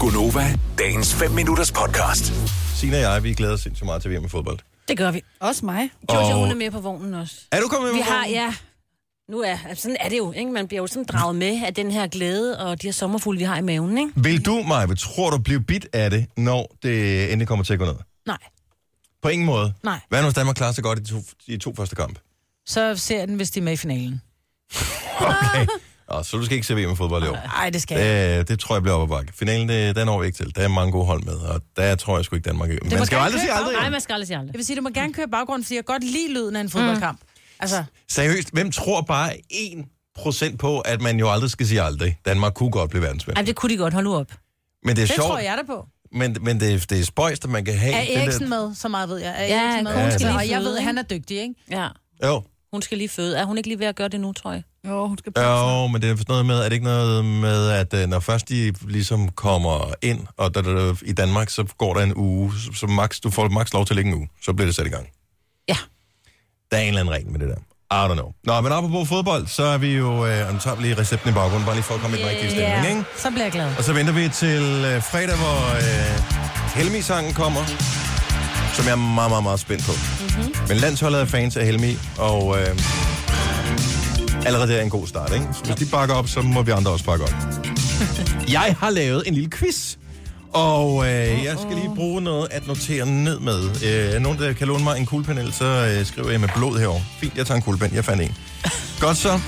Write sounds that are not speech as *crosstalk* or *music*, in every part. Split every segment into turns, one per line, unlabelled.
Gunova, dagens 5 minutters podcast.
Sina og jeg, vi glæder os sindssygt meget til VM i fodbold.
Det gør vi.
Også mig.
Jojo,
Og-
hun er med på vognen også.
Er du kommet med?
Vi
på
har,
vognen?
ja... Nu er, altså, sådan er det jo, ikke? Man bliver jo sådan draget med af den her glæde og de her sommerfugle, vi har i maven, ikke?
Vil du, Maja, tror du blive bidt af det, når det endelig kommer til at gå ned?
Nej.
På ingen måde.
Nej.
Hvad nu, hvis Danmark klarer sig godt i de to, de to første kampe?
Så ser jeg den, hvis de er med i finalen.
Okay. Nå, så du skal ikke se VM i fodbold i år.
Nej, det skal jeg.
Det, det tror jeg bliver op ad bakke. Finalen, det, den når vi ikke til. Der er mange gode hold med, og der tror jeg sgu ikke Danmark. Man skal jo
gerne
aldrig sige
køre
aldrig.
Nej, man skal aldrig sige aldrig.
Jeg vil sige, du må gerne køre baggrund, fordi jeg godt lide lyden af en fodboldkamp. Altså,
Seriøst, hvem tror bare 1% på, at man jo aldrig skal sige aldrig? Danmark kunne godt blive verdensmester.
Ej, det kunne de godt. Hold nu op.
Men det er
det
sjovt,
tror jeg da på.
men, men det, det er spøjst, at man kan have...
Er
den der-
Eriksen med? Så meget ved jeg. Er
Ja,
Eriksen med?
konen
skal
Altså,
lige
og jeg
føde,
ved, at
ikke?
han er dygtig, ikke?
Ja.
Jo.
Hun skal lige føde. Er hun ikke lige ved at gøre det nu, tror jeg?
Jo, hun skal
Jo, men det er sådan noget med, er det ikke noget med, at øh, når først de ligesom kommer ind og da, da, da, i Danmark, så går der en uge, så, så max, du får max lov til at ligge en uge, så bliver det sat i gang.
Ja.
Der er en eller anden regel med det der. I don't know. Nå, men apropos fodbold, så er vi jo, øh, og nu tager vi lige recepten i baggrunden, bare lige for at komme i den rigtige stemning, ikke?
Så bliver jeg glad.
Og så venter vi til øh, fredag, hvor øh, Helmi-sangen kommer, som jeg er meget, meget, meget spændt på. Mm-hmm. Men landsholdet er fans af Helmi, og øh, allerede der er en god start, ikke? Så hvis de bakker op, så må vi andre også bakke op. *laughs* jeg har lavet en lille quiz, og øh, jeg skal lige bruge noget at notere ned med. Øh, er nogen, der kan låne mig en kuglepanel, så øh, skriver jeg med blod herover. Fint, jeg tager en kuglepen, jeg fandt en. Godt så.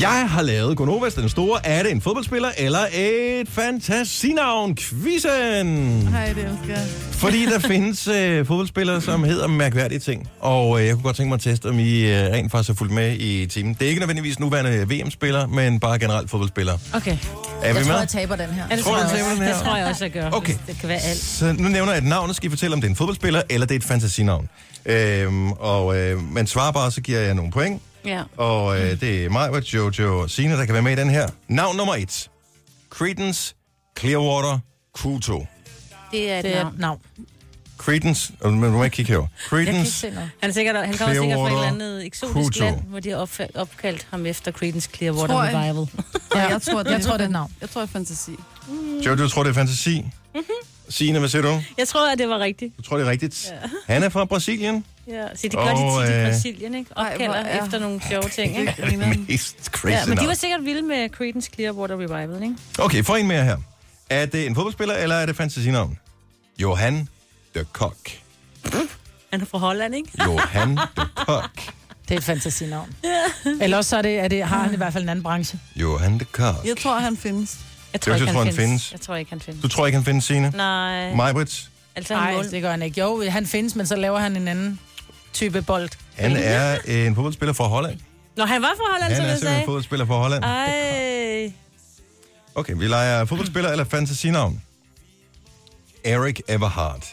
Jeg har lavet Gonovas den store. Er det en fodboldspiller eller et fantasinavn? Quizzen!
Nej, det elsker jeg.
Fordi
*laughs*
der findes øh, fodboldspillere, som hedder mærkværdige ting. Og øh, jeg kunne godt tænke mig at teste, om I øh, rent faktisk har fulgt med i timen. Det er ikke nødvendigvis nuværende VM-spillere, men bare generelt fodboldspillere.
Okay.
Er
Jeg
vi
tror,
med?
jeg taber den her.
Ja, det
Tror
tror,
du,
jeg
den taber
også.
den her?
Det tror jeg også, jeg gør.
Okay.
Det kan være alt.
Så nu nævner jeg et navn, og så skal I fortælle, om det er en fodboldspiller, eller det er et fantasinavn. Øhm, og øh, man svarer bare, så giver jeg nogle point.
Ja.
Og øh, det er mig, Jojo og Sina, der kan være med i den her. Navn nummer et. Credence Clearwater Kuto.
Det er et
Det er
navn.
et navn.
Credence, øh, men du må ikke kigge herover.
Jeg kan ikke
Credence,
se noget.
Han, er sikkert, han kommer sikkert fra et eller andet eksotisk
Clearwater
land,
Kuto.
hvor de har opfa- opkaldt ham efter Creedence Clearwater
Tror jeg.
*laughs* Revival.
Ja, jeg tror, det,
Jeg tror, det er et navn.
Jeg tror, det er fantasi.
Jojo tror, det er fantasi. Mm-hmm.
Mhm.
Sina, hvad siger du?
Jeg tror, at det var rigtigt.
Du tror, det er rigtigt. Ja. Han er fra Brasilien.
Ja. Så det gør de
Og,
tit i
øh,
Brasilien, ikke?
Ej, hvor
Opkalder
er-
efter nogle sjove ting, ikke?
Det er det mest crazy
Ja, men de
navn.
var sikkert vilde med Creedence Clearwater Revival, ikke?
Okay, få en mere her. Er det en fodboldspiller, eller er det fantasinavn? Johan de Kok.
Han er fra Holland, ikke?
Johan de Kok.
Det er et fantasinavn. Eller også så er det, er det, har han i hvert fald en anden branche.
Johan de Kok.
Jeg tror, han findes.
Jeg
Det er også, jeg tror, han findes.
Jeg tror ikke, han findes.
Du tror ikke, han findes, Sina?
Nej.
Majbrits?
Altså, han
Nej,
mål.
det gør han ikke. Jo, han findes, men så laver han en anden type bold.
Han er en fodboldspiller fra Holland.
Nå, han var fra Holland,
Han
som
er
jeg sagde.
simpelthen fodboldspiller fra Holland.
Ah. Ej.
Okay, vi leger fodboldspiller eller fantasinavn. Eric Everhart.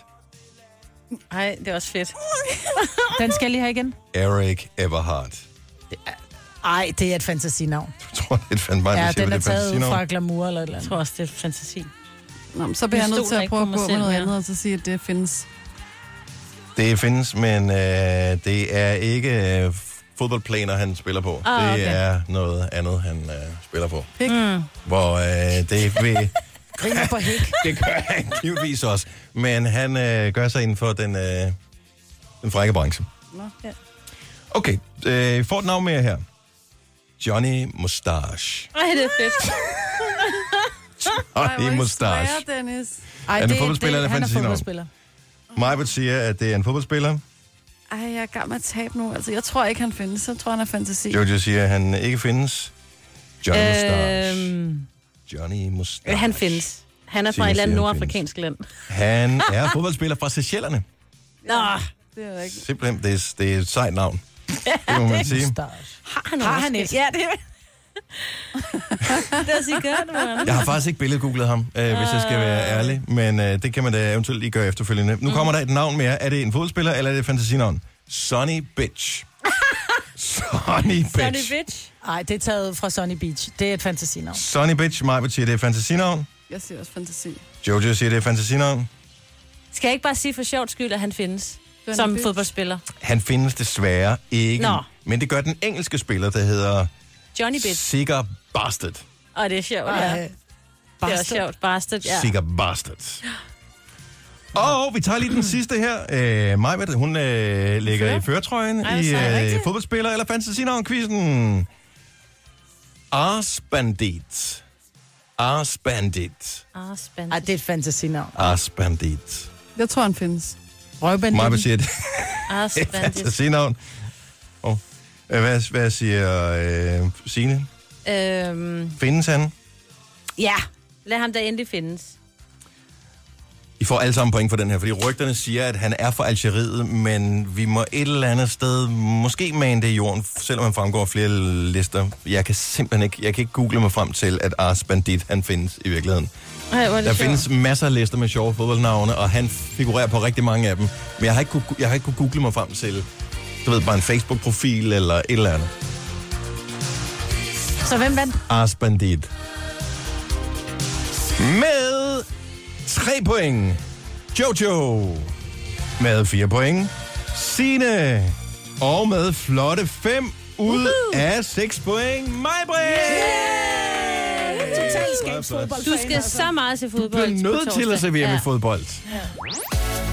Ej, det er også *laughs* fedt.
Den skal jeg lige have igen.
Eric Everhart. *laughs*
Ej, det er et fantasinavn.
Du tror, det er et fandme,
Ja,
ja,
den er
det er
taget ud fra
fantasinavn.
glamour eller et eller
Jeg
andet.
tror også, det er fantasi.
Nå, men så bliver
Jeg
jeg nødt
stoler
til at
ikke på
prøve at
mig
gå med
selv
noget
mere.
andet, og så sige, at det findes.
Det findes, men øh, det er ikke øh, fodboldplaner, han spiller på.
Ah,
det
okay.
er noget andet, han øh, spiller på.
Pik.
Mm.
Hvor øh, det vil...
Griner på hæk.
Det gør han givetvis også. Men han øh, gør sig inden for den, øh, den frække branche.
Nå, ja.
Okay, øh, får et navn mere her. Johnny Mustache.
Ej, det er fedt.
Ej, hvor
Johnny
I
Mustache.
svære, Dennis.
Ej,
Er han
det,
fodboldspiller
det,
eller
han er
fantasinavn?
fodboldspiller.
Majbert siger, at det er en fodboldspiller.
Ej, jeg er gammel at tabe nu. Altså, jeg tror ikke, han findes. Jeg tror, han er fantasi.
Jojo siger, at han ikke findes. Johnny Mustache.
Øhm,
Johnny Mustache.
Øh, han findes. Han er
Signe
fra et eller andet
siger, han
nordafrikansk land.
Han er fodboldspiller fra Seychellerne.
Nå,
Det er rigtigt.
Simpelthen, det er, det er et sejt navn. Det må man sige.
Mustache.
har han,
Har
også
han
det?
et?
Ja, det *laughs* er det. er også, I gør det, man.
Jeg har faktisk ikke billedgooglet ham, øh, hvis jeg skal være ærlig, men øh, det kan man da eventuelt lige gøre efterfølgende. Nu kommer der et navn mere. Er det en fodboldspiller, eller er det et fantasinavn? Sonny Bitch. Sonny
Sonny
Bitch.
Bitch.
Ej, det er taget fra Sunny Beach. Det er et fantasinavn.
Sonny Bitch, Majbert siger, det er et fantasinavn.
Jeg siger også fantasi.
Jojo siger, det er et fantasinavn.
Skal jeg ikke bare sige for sjovt skyld, at han findes?
Johnny
som
Bitch.
fodboldspiller.
Han findes desværre ikke.
Nå.
Men det gør den engelske spiller, der hedder
Johnny Bitch.
Sigur Bastard.
Og det er sjovt, ja.
Ej,
Det er også sjovt. Bastard, ja.
Sikker bastards. Og vi tager lige den sidste her. Øh, Majbert, hun øh, ligger i føretrøjen
Ej, hvor
i
sejt.
øh,
Rigtigt?
fodboldspiller eller fantasinavn-quizzen. Arsbandit. Arsbandit.
Ah,
Ej,
spændende.
det er et fantasinavn.
Arsbandit.
Jeg tror, han findes.
Røvbanditten.
Majbert siger, det
Ah,
er et
spændende.
fantasinavn. Oh. Hvad, hvad siger øh, Signe?
Øhm,
Findes han?
ja, lad ham da endelig findes.
I får alle sammen point for den her, fordi rygterne siger, at han er fra Algeriet, men vi må et eller andet sted måske mane det i jorden, selvom han fremgår af flere lister. Jeg kan simpelthen ikke, jeg kan ikke google mig frem til, at Ars Bandit, han findes i virkeligheden.
Ej, hvor er det
Der
sjovt.
findes masser af lister med sjove fodboldnavne, og han figurerer på rigtig mange af dem. Men jeg har ikke kunne, jeg har ikke kunne google mig frem til, du ved, bare en Facebook-profil eller et eller andet.
Så hvem vandt?
Ars Bandit. Med 3 point. Jojo. Med 4 point. Sine. Og med flotte 5 ud af 6 point. Majbrit! Yeah!
Total skabsfodbold. altså.
Du skal så meget se fodbold.
Du er nødt til at se VM i fodbold.